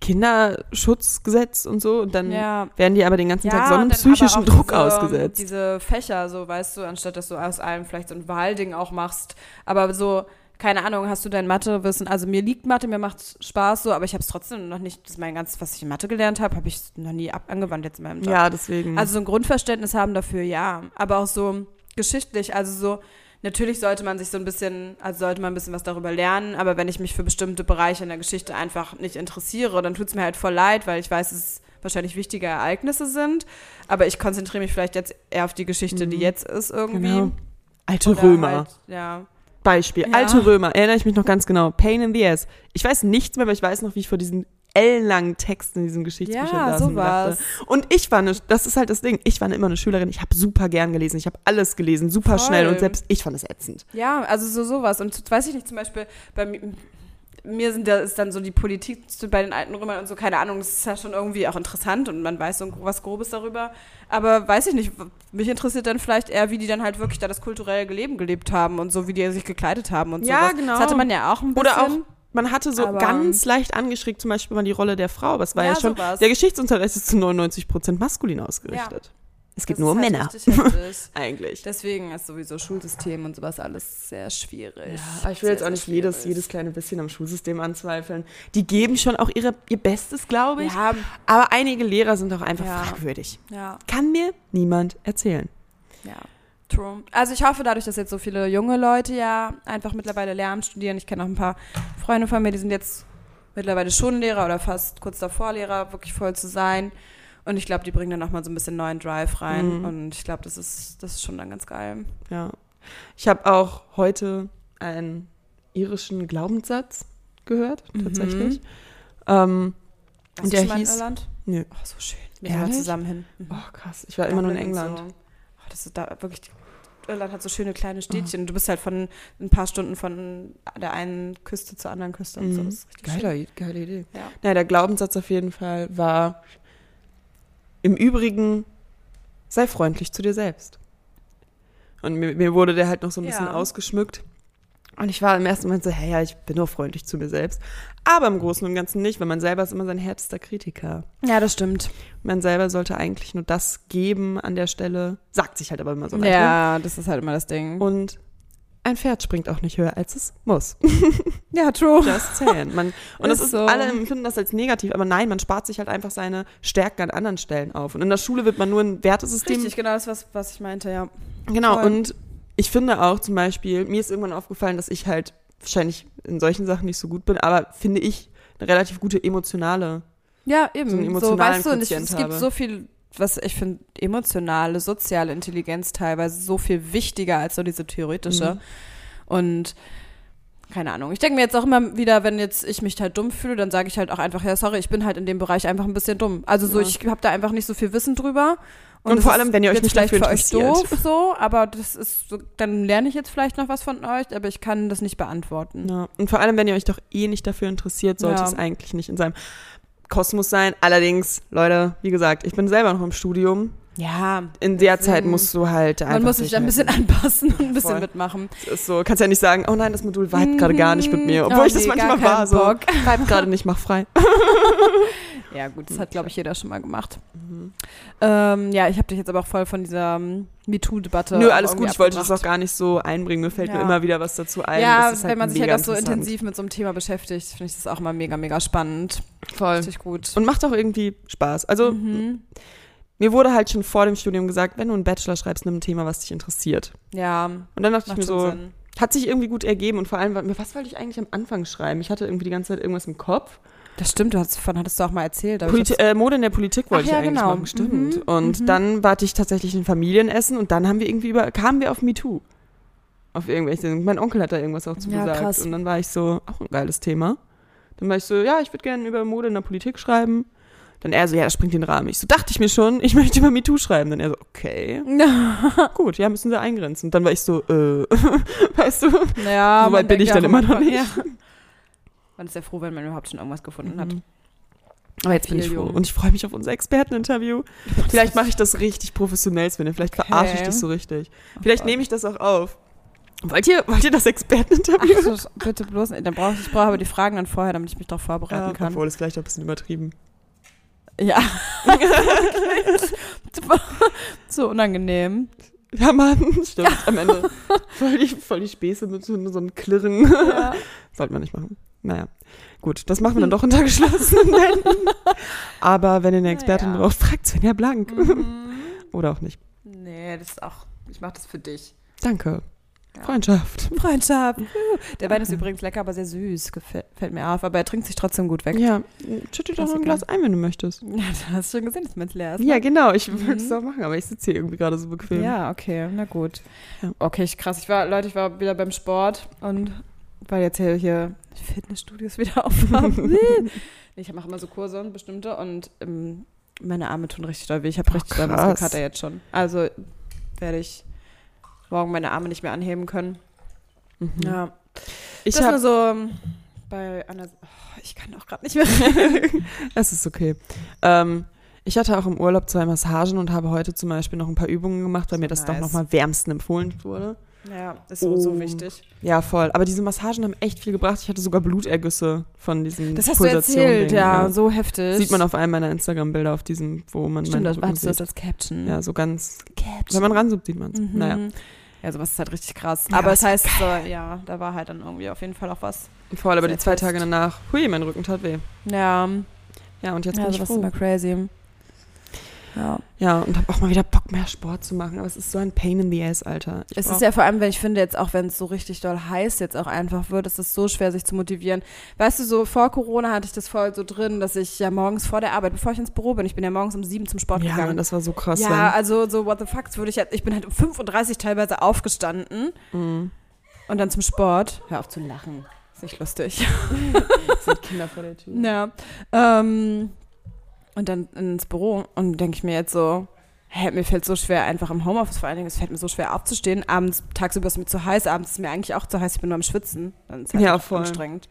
Kinderschutzgesetz und so und dann
ja.
werden die aber den ganzen Tag so einem
und dann
psychischen
aber auch
Druck
diese,
ausgesetzt.
Diese Fächer, so weißt du, anstatt dass du aus allem vielleicht so ein Wahlding auch machst, aber so. Keine Ahnung, hast du dein Mathewissen? Also mir liegt Mathe, mir macht Spaß so, aber ich habe es trotzdem noch nicht, das ist mein ganzes, was ich in Mathe gelernt habe, habe ich noch nie ab angewandt jetzt in meinem Job.
ja, deswegen.
Also so ein Grundverständnis haben dafür, ja. Aber auch so geschichtlich, also so, natürlich sollte man sich so ein bisschen, also sollte man ein bisschen was darüber lernen, aber wenn ich mich für bestimmte Bereiche in der Geschichte einfach nicht interessiere, dann tut es mir halt voll leid, weil ich weiß, dass es wahrscheinlich wichtige Ereignisse sind. Aber ich konzentriere mich vielleicht jetzt eher auf die Geschichte, die jetzt ist irgendwie.
Mhm. Genau. Alte
Oder
Römer.
Halt, ja.
Beispiel.
Ja.
Alte Römer, erinnere ich mich noch ganz genau. Pain in the ass. Ich weiß nichts mehr, aber ich weiß noch, wie ich vor diesen ellenlangen Texten in diesen Geschichtsbüchern
Ja,
saß und
sowas.
dachte. Und ich war eine, das ist halt das Ding, ich war immer eine Schülerin, ich habe super gern gelesen, ich habe alles gelesen, super
Voll.
schnell und selbst ich fand es ätzend.
Ja, also so sowas. Und zu- weiß ich nicht, zum Beispiel bei mi- mir sind da ist dann so die Politik zu- bei den alten Römern und so, keine Ahnung, das ist ja schon irgendwie auch interessant und man weiß so was Grobes darüber. Aber weiß ich nicht, w- mich interessiert dann vielleicht eher, wie die dann halt wirklich da das kulturelle Leben gelebt haben und so, wie die sich gekleidet haben und
Ja,
sowas.
genau.
Das hatte man ja auch ein bisschen.
Oder auch, man hatte so
Aber-
ganz leicht angeschrägt zum Beispiel mal die Rolle der Frau, aber es war ja,
Ja,
schon,
sowas.
der Geschichtsunterricht ist zu 99 Prozent maskulin ausgerichtet. Es geht
Das
nur um
ist halt
Männer,
richtig heftig.
eigentlich.
Deswegen ist sowieso Schulsystem und sowas alles sehr schwierig.
Aber ich will jetzt auch nicht jedes, jedes kleine bisschen am Schulsystem anzweifeln. Die geben schon auch ihre, ihr Bestes, glaube ich.
Ja,
Aber einige Lehrer sind auch einfach
Ja.
fragwürdig.
ja.
Kann mir niemand erzählen.
Ja. True. Also ich hoffe dadurch, dass jetzt so viele junge Leute ja einfach mittlerweile Lehramt studieren. Ich kenne auch ein paar Freunde von mir, die sind jetzt mittlerweile schon Lehrer oder fast kurz davor Lehrer, wirklich voll zu sein. Und ich glaube, die bringen dann nochmal so ein bisschen neuen Drive rein.
Mhm.
Und ich glaube, das ist, das ist schon dann ganz geil.
Ja. Ich habe auch heute einen irischen Glaubenssatz gehört, tatsächlich.
Mhm.
Ähm,
Warst
der
du schon mal
hieß-
in Irland?
nö.
Oh, so schön. Wir sind mal
Ehrlich?
zusammen hin. Mhm.
Oh, krass. Ich war immer nur in
Dublin und
England.
So. Oh, das ist da wirklich. Irland hat so schöne kleine Städtchen. Du bist halt von ein paar Stunden von der einen Küste zur anderen Küste und so.
Mhm.
Das ist richtig schön.
Geile, geile Idee.
Ja.
Naja, der Glaubenssatz auf jeden Fall war, im Übrigen, sei freundlich zu dir selbst. Und mir, mir wurde der halt noch so ein bisschen
Ja.
ausgeschmückt. Und ich war im ersten Moment so, hey, ja, ich bin doch freundlich zu mir selbst. Aber im Großen und Ganzen nicht, weil man selber ist immer sein härtester Kritiker.
Ja, das stimmt.
Man selber sollte eigentlich nur das geben an der Stelle, sagt sich halt aber immer so leicht. ne?
Ja, das ist halt immer das Ding.
Und ein Pferd springt auch nicht höher, als es muss.
ja, true.
Just saying. Man, und das
Ist
ist,
so.
alle empfinden das als negativ, aber nein, man spart sich halt einfach seine Stärken an anderen Stellen auf. Und in der Schule wird man nur ein Wertesystem.
Richtig, genau das, was, was ich meinte, ja.
Genau,
Voll.
und ich finde auch zum Beispiel, mir ist irgendwann aufgefallen, dass ich halt wahrscheinlich in solchen Sachen nicht so gut bin, aber finde ich eine relativ gute emotionale.
Ja, eben.
So einen
so,
emotionalen
weißt du, und ich,
Quotient
es gibt
habe.
so viel, was ich finde, emotionale, soziale Intelligenz teilweise so viel wichtiger als so diese theoretische.
Mhm.
Und keine Ahnung. Ich denke mir jetzt auch immer wieder, wenn jetzt ich mich halt dumm fühle, dann sage ich halt auch einfach, ja, sorry, ich bin halt in dem Bereich einfach ein bisschen dumm. Also so,
Ja.
ich habe da einfach nicht so viel Wissen drüber.
Und
es
vor
ist
allem, wenn ihr euch
jetzt
nicht
vielleicht
dafür
für euch
interessiert.
doof so, aber das ist so, dann lerne ich jetzt vielleicht noch was von euch, aber ich kann das nicht beantworten.
mhm. Ja. Und vor allem, wenn ihr euch doch eh nicht dafür interessiert, sollte
Ja.
es eigentlich nicht in seinem Kosmos sein. Allerdings, Leute, wie gesagt, ich bin selber noch im Studium.
Ja,
In der Zeit
Deswegen-
musst du halt einfach
man muss sich da ein
durchhalten.
bisschen anpassen und ein bisschen
voll.
mitmachen.
ist so, kannst ja nicht sagen, oh nein, das Modul vibet gerade gar nicht mit mir,
Mhm.
obwohl
Oh
ich das
nee, gar
manchmal
keinen
war, so
Bock.
vibet gerade nicht, mach frei.
Ja, gut,
Mhm.
das hat, glaube ich, jeder schon mal gemacht. Ähm, ja, ich habe dich jetzt aber auch voll von dieser ähm, MeToo-Debatte.
Nö,
auch
alles
irgendwie
gut, ich wollte das
abgebracht.
auch gar nicht so einbringen, mir fällt
Ja.
mir immer wieder was dazu ein.
Ja,
das ist
wenn man sich halt
mega
auch so
interessant.
intensiv mit so einem Thema beschäftigt, finde ich das auch mal mega, mega spannend.
Voll.
Richtig gut.
Und macht auch irgendwie Spaß. Also,
Mhm.
mir wurde halt schon vor dem Studium gesagt, wenn du einen Bachelor schreibst, nimm ein Thema, was dich interessiert.
Ja,
Und dann dachte
macht
ich mir
schon
so,
Sinn.
hat sich irgendwie gut ergeben und vor allem, was wollte ich eigentlich am Anfang schreiben? Ich hatte irgendwie die ganze Zeit irgendwas im Kopf.
Das stimmt, du hast, davon hattest du auch mal erzählt. aber ich
Politi äh, Mode in der Politik wollte
Ach ja,
ich eigentlich
genau. Mhm.
machen, stimmt. Und dann warte ich tatsächlich in Familienessen und dann haben wir irgendwie über, kamen wir auf MeToo. auf irgendwelche. Mein Onkel hat da irgendwas auch zu
Ja,
gesagt.
krass.
Und dann war ich so, auch ein geiles Thema. Dann war ich so, ja, ich würde gerne über Mode in der Politik schreiben. Dann er so, ja, das springt den Rahmen. Ich so, dachte ich mir schon, ich möchte über MeToo schreiben. Dann er so, okay, gut, ja, müssen wir eingrenzen. Dann war ich so, äh, weißt du,
naja,
So weit
man
bin
denkt
ich
ja
dann
auch
immer noch
manchmal-
nicht.
Ja. Man ist ja froh, wenn man überhaupt schon irgendwas gefunden hat.
Mhm. Aber jetzt bin ich
Viel
froh.
jung.
Und ich freue mich auf unser Experteninterview. Vielleicht mache ich das richtig professionell, Sven. Vielleicht verarsche ich
Okay. Oh
dich so richtig. Vielleicht
Gott.
nehme ich das auch auf. Wollt ihr, wollt ihr das Experteninterview?
Ach, so, s- bitte bloß nicht. Dann brauche ich, ich brauche aber die Fragen dann vorher, damit ich mich darauf vorbereiten
Ja,
kann.
obwohl, das ist vielleicht auch ein bisschen übertrieben.
Ja. so unangenehm.
Ja, Mann, stimmt. Am Ende voll die, voll die Späße mit so so einem Klirren.
Ja. Hm.
Sollte man nicht machen. Naja, gut, das machen wir dann doch unter geschlossenen Händen. Aber wenn ihr eine Expertin
Naja.
braucht, fragt Svenja Blank.
Mhm.
Oder auch nicht.
Nee, das ist auch. Ich mache das für dich.
Danke.
Ja.
Freundschaft.
Freundschaft. Juhu. Der Wein ist übrigens lecker, aber sehr süß. Gefällt fällt mir auf. Aber er trinkt sich trotzdem gut weg.
Ja, schütt dir doch noch ein
Klassiker.
Glas ein, wenn du möchtest.
Ja, du hast schon gesehen, dass mein leer ist.
Ja, genau. Ich
Mhm.
würde es auch machen, aber ich sitze hier irgendwie gerade so bequem.
Ja, okay, na gut.
Ja.
Okay, ich- krass. Ich war, Leute, ich war wieder beim Sport und weil jetzt hier, hier die Fitnessstudios wieder aufhaben. ich mache immer so Kurse und bestimmte und ähm, meine Arme tun richtig doll weh. Ich habe
Oh,
richtig doll
krass.
Muskelkater jetzt schon. Also werde ich morgen meine Arme nicht mehr anheben können.
Mhm.
Ja,
Ich
das
hab,
nur so ähm, bei einer. Oh, ich kann auch gerade nicht mehr reden.
es ist okay. Ähm, ich hatte auch im Urlaub zwei Massagen und habe heute zum Beispiel noch ein paar Übungen gemacht, weil mir das doch
Nice.
nochmal wärmsten empfohlen wurde.
ja, ist so, so
Oh.
wichtig.
Ja, voll. Aber diese Massagen haben echt viel gebracht. Ich hatte sogar Blutergüsse von diesem
Das hast du
Pulsation
erzählt,
Ding,
ja, so heftig.
Sieht man auf einem meiner Instagram-Bilder auf diesem, wo man
Stimmt,
meinen
das
Rücken
hattest du das
sieht.
als Caption.
Ja, so ganz.
Caption.
Wenn man ranzoomt, sieht man es.
Mhm.
Naja.
Ja, sowas ist halt richtig krass.
Ja,
aber
das
es heißt, so, ja, da war halt dann irgendwie auf jeden Fall auch was.
Voll, aber die zwei
Selbst.
Tage danach, hui, mein Rücken tat weh.
Ja,
Ja, und jetzt
ja
bin ich
sowas ist
froh.
immer crazy. Ja.
Ja, und hab auch mal wieder Bock, mehr Sport zu machen. Aber es ist so ein Pain in the Ass, Alter. Ich
Es
brauch-
ist ja vor allem, wenn ich finde, jetzt auch wenn es so richtig doll heiß jetzt auch einfach wird, ist es so schwer, sich zu motivieren. Weißt du, so vor Corona hatte ich das voll so drin, dass ich ja morgens vor der Arbeit, bevor ich ins Büro bin, ich bin ja morgens um sieben zum Sport
ja, Mann,
gegangen.
das war so krass.
ja,
Sven.
also so what the fuck würde ich halt, ich bin halt um 5.30 Uhr teilweise aufgestanden
Mhm.
und dann zum Sport. Hör auf zu lachen. Ist nicht lustig.
sind Kinder vor der Tür.
Ja. Ähm, und dann ins Büro und denke ich mir jetzt so, hä, mir fällt so schwer, einfach im Homeoffice vor allen Dingen, es fällt mir so schwer aufzustehen. Abends, tagsüber ist mir zu heiß, abends ist mir eigentlich auch zu heiß, ich bin nur am Schwitzen. Dann ist halt
Ja,
auch
voll.
anstrengend.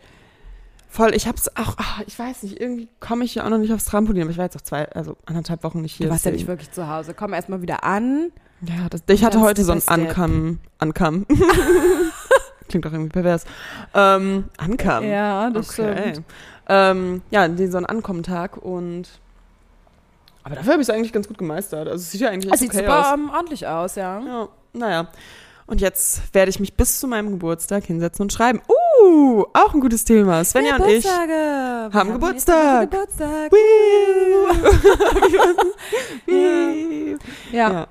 Voll, ich hab's auch, ah, ich weiß nicht, irgendwie komme ich ja auch noch nicht aufs Trampolin, aber ich war jetzt auch zwei, also anderthalb Wochen nicht hier.
Du warst ja nicht
deswegen-
wirklich zu Hause. Komm erstmal wieder an.
Ja, das, ich hatte
Ganz
heute so ein
Step by Step.
Ankam, Ankam. Klingt auch irgendwie pervers. Ähm, Ankam.
Ja, äh,
okay. Ähm, ja, nee, so ein Ankommentag und, aber dafür habe ich es eigentlich ganz gut gemeistert. Also es sieht ja eigentlich
Es
echt
sieht
okay aus.
super ähm, ordentlich aus, ja.
Ja, naja. Und jetzt werde ich mich bis zu meinem Geburtstag hinsetzen und schreiben. Uh, auch ein gutes Thema. Svenja und ich.
Geburtstage. Wir
haben
nächste Woche
Geburtstag.
Geburtstag.
Wee.
Ja.
Ja.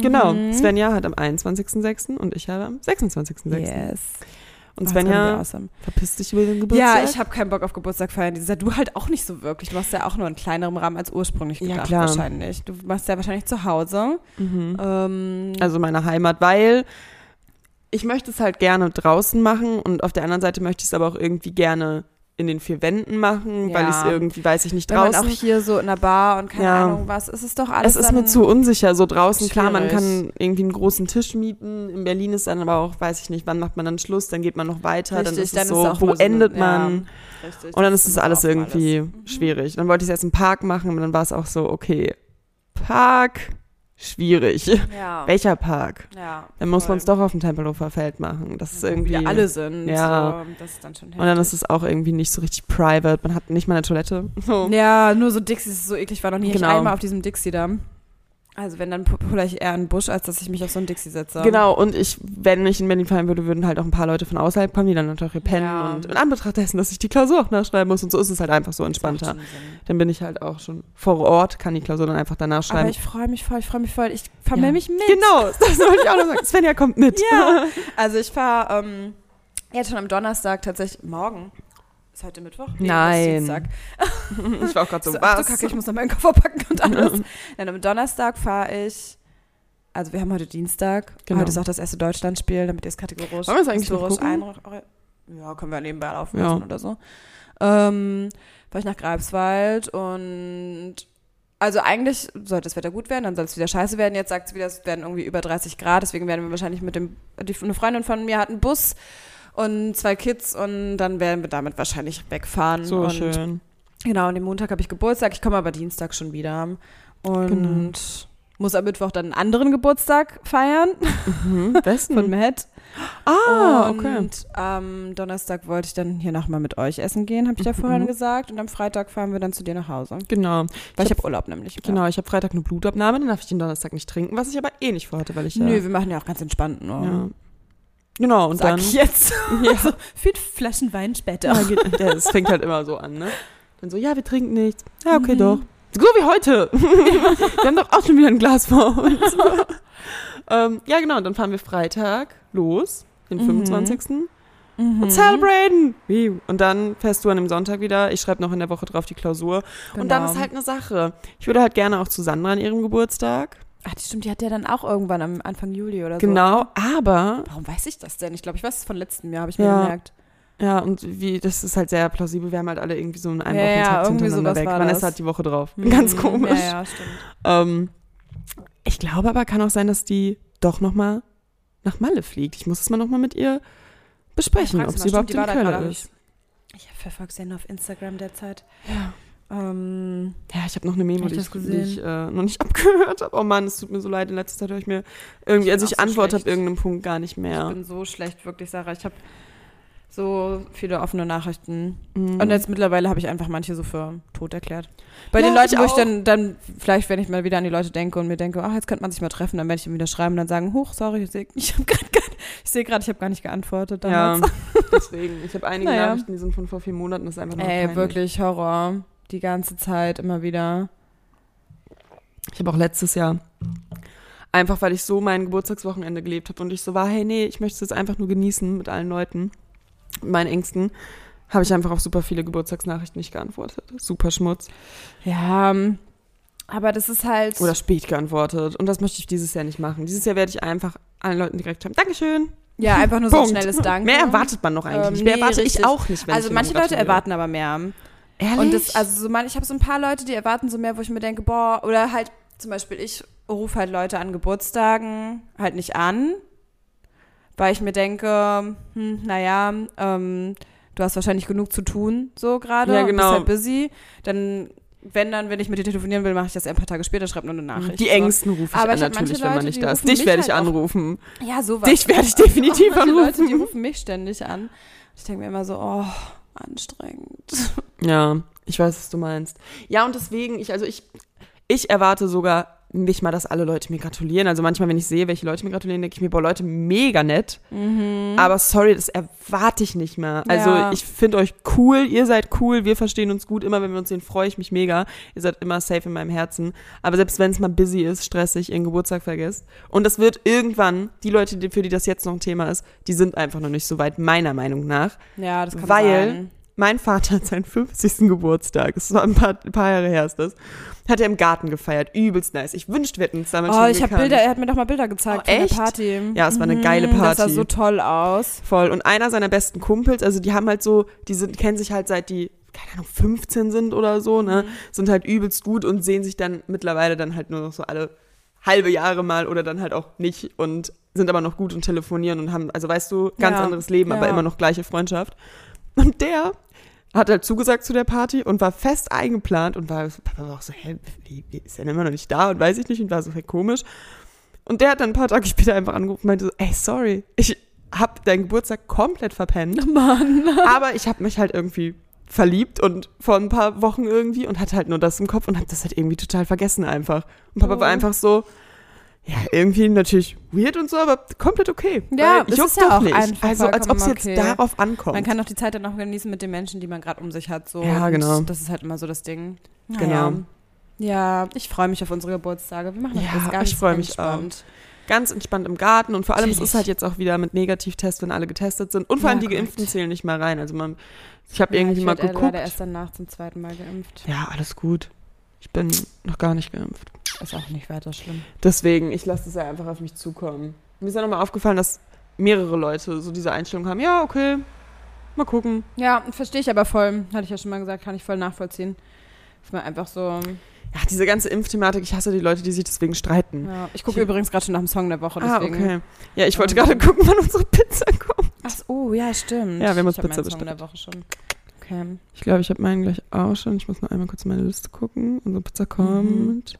Genau.
Mhm.
Svenja hat am 21.06. und ich habe am 26.06.
Yes.
Und
Oh, that's gonna be
Svenja,
awesome.
verpiss dich über den Geburtstag.
Ja, ich habe keinen Bock auf Geburtstag feiern dieses Jahr. Du halt auch nicht so wirklich. Du machst ja auch nur in kleinerem Rahmen als ursprünglich
Ja,
gedacht
klar.
wahrscheinlich. Du machst ja wahrscheinlich zu Hause.
Mhm.
Ähm,
Also meine Heimat, weil ich möchte es halt gerne draußen machen und auf der anderen Seite möchte ich es aber auch irgendwie gerne in den vier Wänden machen, weil
Ja.
ich es irgendwie, weiß ich nicht,
wenn man
draußen
auch hier so in einer Bar und keine
Ja.
Ahnung was, ist es doch alles
es ist
dann,
mir zu unsicher. So draußen, klar, man
schwierig.
kann irgendwie einen großen Tisch mieten. In Berlin ist dann aber auch, weiß ich nicht, wann macht man dann Schluss, dann geht man noch weiter, dann
Richtig,
ist
dann
es
ist
so,
auch
wo
mal so eine-
endet
ja,
man?
Richtig,
und dann
das
ist es alles
auch
irgendwie Mhm. schwierig. Dann wollte ich es erst im Park machen, aber dann war es auch so, okay, Park, schwierig.
Ja.
Welcher Park?
ja
Dann muss
voll.
man es doch auf dem Tempelhofer Feld machen. Das ist
Wo
irgendwie.
wieder alle sind.
Ja.
So, das ist dann schon
und dann
heftig.
ist es auch irgendwie nicht so richtig private. Man hat nicht mal eine Toilette. So.
Ja, nur so Dixie ist so eklig. Ich war noch nie
Genau.
ich einmal auf diesem Dixie-Damm. Also wenn, dann pulle ich eher einen Busch, als dass ich mich auf so einen Dixie setze.
Genau, und ich, wenn ich in Berlin fahren würde, würden halt auch ein paar Leute von außerhalb kommen, die dann natürlich pennen.
Ja.
Und in Anbetracht dessen, dass ich die Klausur auch nachschreiben muss und so ist es halt einfach so
Das macht
entspannter.
schon Sinn.
Dann bin ich halt auch schon vor Ort, kann die Klausur dann einfach danach
Aber
schreiben.
ich freue mich voll, ich freue mich voll. Ich vermehre
Ja.
mich mit.
genau, das wollte ich auch noch sagen. Svenja kommt mit.
Ja. Also ich fahre ähm, jetzt schon am Donnerstag tatsächlich morgen. Ist heute Mittwoch? Nee,
Nein.
ist Dienstag.
Ich war auch gerade so,
So, ach, so
was?
kacke, ich muss noch meinen Koffer packen und alles. Nein, am Donnerstag fahre ich also wir haben heute Dienstag.
Genau.
Heute ist auch das erste Deutschlandspiel, damit ihr es kategorisch,
Wollen wir es eigentlich noch
historisch
gucken?
einre- Ja, können wir nebenbei laufen
Ja.
lassen oder so. Ähm, war ich nach Greifswald und also eigentlich sollte das Wetter gut werden, dann soll es wieder scheiße werden. Jetzt sagt es wieder, es werden irgendwie über 30 Grad, deswegen werden wir wahrscheinlich mit dem, die, eine Freundin von mir hat einen Bus und zwei Kids und dann werden wir damit wahrscheinlich wegfahren.
So
und
schön.
Genau, und den Montag habe ich Geburtstag. Ich komme aber Dienstag schon wieder. Und
Genau.
muss am Mittwoch dann einen anderen Geburtstag feiern
Mhm. Besten.
von Matt.
ah,
und
okay.
am Donnerstag wollte ich dann hier nochmal mit euch essen gehen, habe ich ja vorhin gesagt. Und am Freitag fahren wir dann zu dir nach Hause.
Genau.
Weil
Ich
ich, habe Urlaub nämlich.
Genau, ich habe Freitag eine Blutabnahme, dann darf ich den Donnerstag nicht trinken, was ich aber eh nicht vorhatte, weil ich
Ja.
ja.
Nö, wir machen ja auch ganz entspannt nur.
ja. Genau, und
Sag
dann.
ich jetzt.
Ja.
Also, viel Flaschen Wein später.
Ja, geht- ja, Es fängt halt immer so an, ne? Dann so, ja, wir trinken nichts. Ja, okay,
Mhm.
doch. So wie heute. wir haben doch auch schon wieder ein Glas vor uns. ähm, ja, genau, dann fahren wir Freitag los, den
Mhm.
25.
Mhm.
Und celebraten! Wie? Und dann fährst du an dem Sonntag wieder. Ich schreibe noch in der Woche drauf die Klausur. Und dann
Genau.
ist halt eine Sache. Ich würde halt gerne auch zu Sandra an ihrem Geburtstag.
Ach, die stimmt, die hat ja dann auch irgendwann am Anfang Juli oder so.
Genau, aber
Warum weiß ich das denn? Ich glaube, ich weiß es von letztem Jahr, habe ich mir
Ja.
gemerkt.
Ja, und wie, das ist halt sehr plausibel. Wir haben halt alle irgendwie so einen einen
Ja, ja,
Wochentakt
irgendwie
hintereinander
sowas
weg.
war
Vanessa
das.
hat die Woche drauf. Ganz
Mhm,
komisch.
Ja, ja, stimmt.
Ähm, ich glaube aber, kann auch sein, dass die doch nochmal nach Malle fliegt. Ich muss es mal nochmal mit ihr besprechen,
Ja, frag's
ob
mal.
sie überhaupt
Stimmt, die
in
war da
Köln
gerade.
ist.
Ich verfolge sie ja nur auf Instagram derzeit.
Ja.
Ähm,
ja, ich habe noch eine Memo,
Hab ich
die
das
ich
gesehen?
nicht, äh, noch nicht abgehört habe. Oh Mann, es tut mir so leid. In letzter Zeit höre ich mir irgendwie,
Ich
also
bin
ich
auch so
antworte auf
schlecht.
irgendeinem Punkt gar nicht
Ich
mehr.
bin so schlecht, wirklich, Sarah. Ich habe so viele offene Nachrichten.
Mhm.
Und jetzt mittlerweile habe ich einfach manche so für tot erklärt. Bei
Ja,
den Leuten,
ich
wo ich
auch.
dann, dann vielleicht, wenn ich mal wieder an die Leute denke und mir denke, ach, jetzt könnte man sich mal treffen, dann werde ich ihm wieder schreiben und dann sagen, huch, sorry, ich sehe ich hab grad gar- ich sehe gerade, ich habe gar nicht geantwortet
ja,
damals.
deswegen. Ich habe einige
Naja.
Nachrichten, die sind von vor vier Monaten. Das ist einfach nur
Ey,
peinlich.
wirklich Horror. Die ganze Zeit, immer wieder.
Ich habe auch letztes Jahr einfach, weil ich so mein Geburtstagswochenende gelebt habe und ich so war, hey, nee, ich möchte es jetzt einfach nur genießen mit allen Leuten, mit meinen Ängsten, habe ich einfach auf super viele Geburtstagsnachrichten nicht geantwortet. Super Schmutz.
Ja, ähm, aber das ist halt.
Oder spät geantwortet. Und das möchte ich dieses Jahr nicht machen. Dieses Jahr werde ich einfach allen Leuten direkt schreiben, Dankeschön.
ja, einfach nur so ein
Punkt.
schnelles Danke.
Mehr erwartet man noch eigentlich
Ähm,
nicht. Mehr
nee,
erwarte ich
richtig.
auch nicht. Wenn
Also
ich
manche Leute
Geburtstag will.
erwarten aber mehr.
Ehrlich?
Und das, also so man, ich habe so ein paar Leute, die erwarten so mehr, wo ich mir denke, boah, oder halt zum Beispiel, ich rufe halt Leute an Geburtstagen halt nicht an, weil ich mir denke, hm, naja, ähm, du hast wahrscheinlich genug zu tun, so gerade.
Ja,
und
genau.
Bist halt busy. Dann, wenn dann, wenn ich mit dir telefonieren will, mache ich das eher ein paar Tage später, schreibe nur eine Nachricht.
die Ängsten rufe ich
Aber
an
ich hab manche
natürlich, wenn man
Leute,
nicht
die
da ist.
rufen
Dich
mich
werde ich
halt auch-
anrufen.
So. Ja, sowas.
Dich werde ich definitiv
Auch manche Leute, die
anrufen.
rufen mich ständig an. Ich denke mir immer so, oh, anstrengend.
Ja, ich weiß, was du meinst. Ja, und deswegen, ich, also ich, ich erwarte sogar nicht mal, dass alle Leute mir gratulieren. Also manchmal, wenn ich sehe, welche Leute mir gratulieren, denke ich mir, boah, Leute, mega nett. Aber sorry, das erwarte ich nicht mehr. Also
Ja.
ich finde euch cool, ihr seid cool, wir verstehen uns gut. Immer wenn wir uns sehen, freue ich mich mega. Ihr seid immer safe in meinem Herzen. Aber selbst wenn es mal busy ist, stressig, ihren Geburtstag vergisst. Und das wird irgendwann, die Leute, die- für die das jetzt noch ein Thema ist, die sind einfach noch nicht so weit, meiner Meinung nach.
Ja, das kann
Weil-
sein.
Mein Vater hat seinen 50. Geburtstag, das war ein paar, ein paar Jahre her ist das, hat er im Garten gefeiert, übelst nice. Ich wünschte, wir hätten uns damals
Oh,
schon
ich habe
gekannt.
Bilder, er hat mir doch mal Bilder gezeigt
Oh,
von
echt?
der Party. Mm,
Ja, es war eine geile
Das sah
Party.
so toll aus.
Voll. Und einer seiner besten Kumpels, also die haben halt so, die sind, kennen sich halt seit die, keine Ahnung, 15 sind oder so,
Mhm.
ne, sind halt übelst gut und sehen sich dann mittlerweile dann halt nur noch so alle halbe Jahre mal oder dann halt auch nicht und sind aber noch gut und telefonieren und haben, also weißt du, ganz
Ja.
anderes Leben, aber
Ja.
immer noch gleiche Freundschaft. Und der hat halt zugesagt zu der Party und war fest eingeplant und war, Papa war auch so, hä, wie, wie ist er denn immer noch nicht da und weiß ich nicht und war so hä, komisch. Und der hat dann ein paar Tage später einfach angerufen und meinte so, ey, sorry, ich hab deinen Geburtstag komplett verpennt,
Mann.
aber ich hab mich halt irgendwie verliebt und vor ein paar Wochen irgendwie und hatte halt nur das im Kopf und hab das halt irgendwie total vergessen einfach. Und Papa
Oh.
war einfach so, ja, irgendwie natürlich weird und so, aber komplett okay.
Ja,
Weil ich
es
juck's
ist ja
doch
auch
nicht.
einfach
Also als ob es jetzt
vollkommen okay.
darauf ankommt.
Man kann auch die Zeit dann auch genießen mit den Menschen, die man gerade um sich hat. So.
Ja,
Und
genau.
Das ist halt immer so das Ding.
Genau.
Ja, ich freue mich auf unsere Geburtstage. Wir machen das
Ja,
alles ganz
ich freu mich auch.
entspannt.
ganz entspannt im Garten und vor allem, es
Natürlich.
ist halt jetzt auch wieder mit Negativtest, wenn alle getestet sind und vor
Ja,
allem die
korrekt.
Geimpften zählen nicht mal rein. Also man, ich habe
Ja,
irgendwie
ich
mal
werd, äh,
geguckt.
leider erst danach zum zweiten Mal geimpft.
Ja, alles gut. Ich bin noch gar nicht geimpft.
Ist auch nicht weiter schlimm.
Deswegen, ich lasse das ja einfach auf mich zukommen. Mir ist ja nochmal aufgefallen, dass mehrere Leute so diese Einstellung haben. Ja, okay, mal gucken.
Ja, verstehe ich aber voll. Hatte ich ja schon mal gesagt, kann ich voll nachvollziehen. Ist mir einfach so.
Ja, diese ganze Impfthematik, ich hasse die Leute, die sich deswegen streiten.
Ja. Ich gucke übrigens gerade schon nach dem Song der Woche,
Ah,
deswegen.
okay. Ja, ich wollte
Ähm.
gerade gucken, wann unsere Pizza kommt.
Ach, so, oh, ja, stimmt.
Ja, wir haben uns
Ich hab
Pizza
meinen Song der Woche schon. Okay.
Ich glaube, ich habe meinen gleich auch schon. Ich muss nur einmal kurz meine Liste gucken. Unsere
Mhm.
Pizza kommt.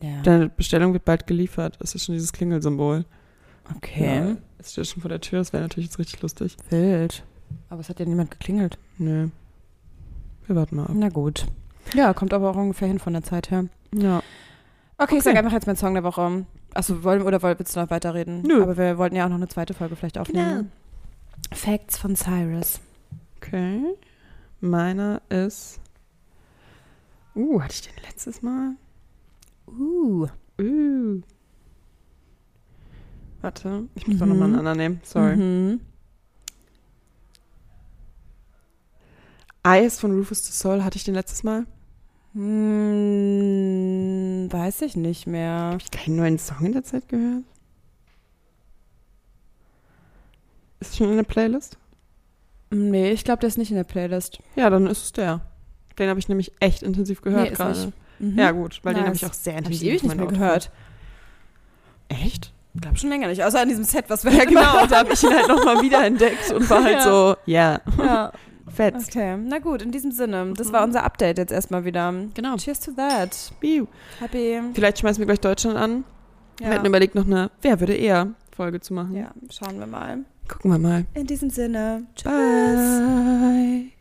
Ja.
Deine Bestellung wird bald geliefert. Es ist schon dieses Klingelsymbol.
okay.
Ja, es steht schon vor der Tür. Es wäre natürlich jetzt richtig lustig.
Wild. Aber es hat ja niemand geklingelt.
Nö. Wir warten mal ab.
Na gut. Ja, kommt aber auch ungefähr hin von der Zeit her.
Ja.
Okay, ich
Okay.
sage einfach jetzt meinen Song der Woche. Achso, wollen oder wollt- willst du noch weiterreden?
Nö. Genau.
Aber wir wollten ja auch noch eine zweite Folge vielleicht aufnehmen. Facts von Cyrus.
Okay. Meiner ist. Uh, hatte ich den letztes Mal?
Uh.
Uh. Warte, ich muss doch
Mhm.
nochmal einen anderen nehmen. Sorry.
Mhm.
Eyes von Rufus the Soul hatte ich den letztes Mal.
Hm, weiß ich nicht mehr.
Habe ich keinen neuen Song in der Zeit gehört? Ist es schon in der Playlist?
Nee, ich glaube, der ist nicht in der Playlist.
Ja, dann ist es der. Den habe ich nämlich echt intensiv gehört
Nee, ist
gerade.
nicht. Mhm.
Ja, gut, weil den habe
Nice.
ich auch sehr
Hab ich
intensiv
ewig
auf
nicht mehr
meinem
gehört.
Outfit. Echt?
Ich glaube schon länger nicht, außer an diesem Set, was wir
Ja,
halt immer-
genau. Und da habe ich ihn halt nochmal wiederentdeckt und war halt
Ja.
so, ja,
Ja,
fetzt.
okay. Na gut, in diesem Sinne, das
Mhm.
war unser Update jetzt erstmal wieder. Genau. Cheers to that.
Biu.
Happy.
Vielleicht schmeißen wir gleich Deutschland an. Wir
Ja.
hatten überlegt, noch eine Wer würde eher Folge zu machen.
ja, schauen wir mal.
Gucken wir mal.
In diesem Sinne, tschüss.
Bye.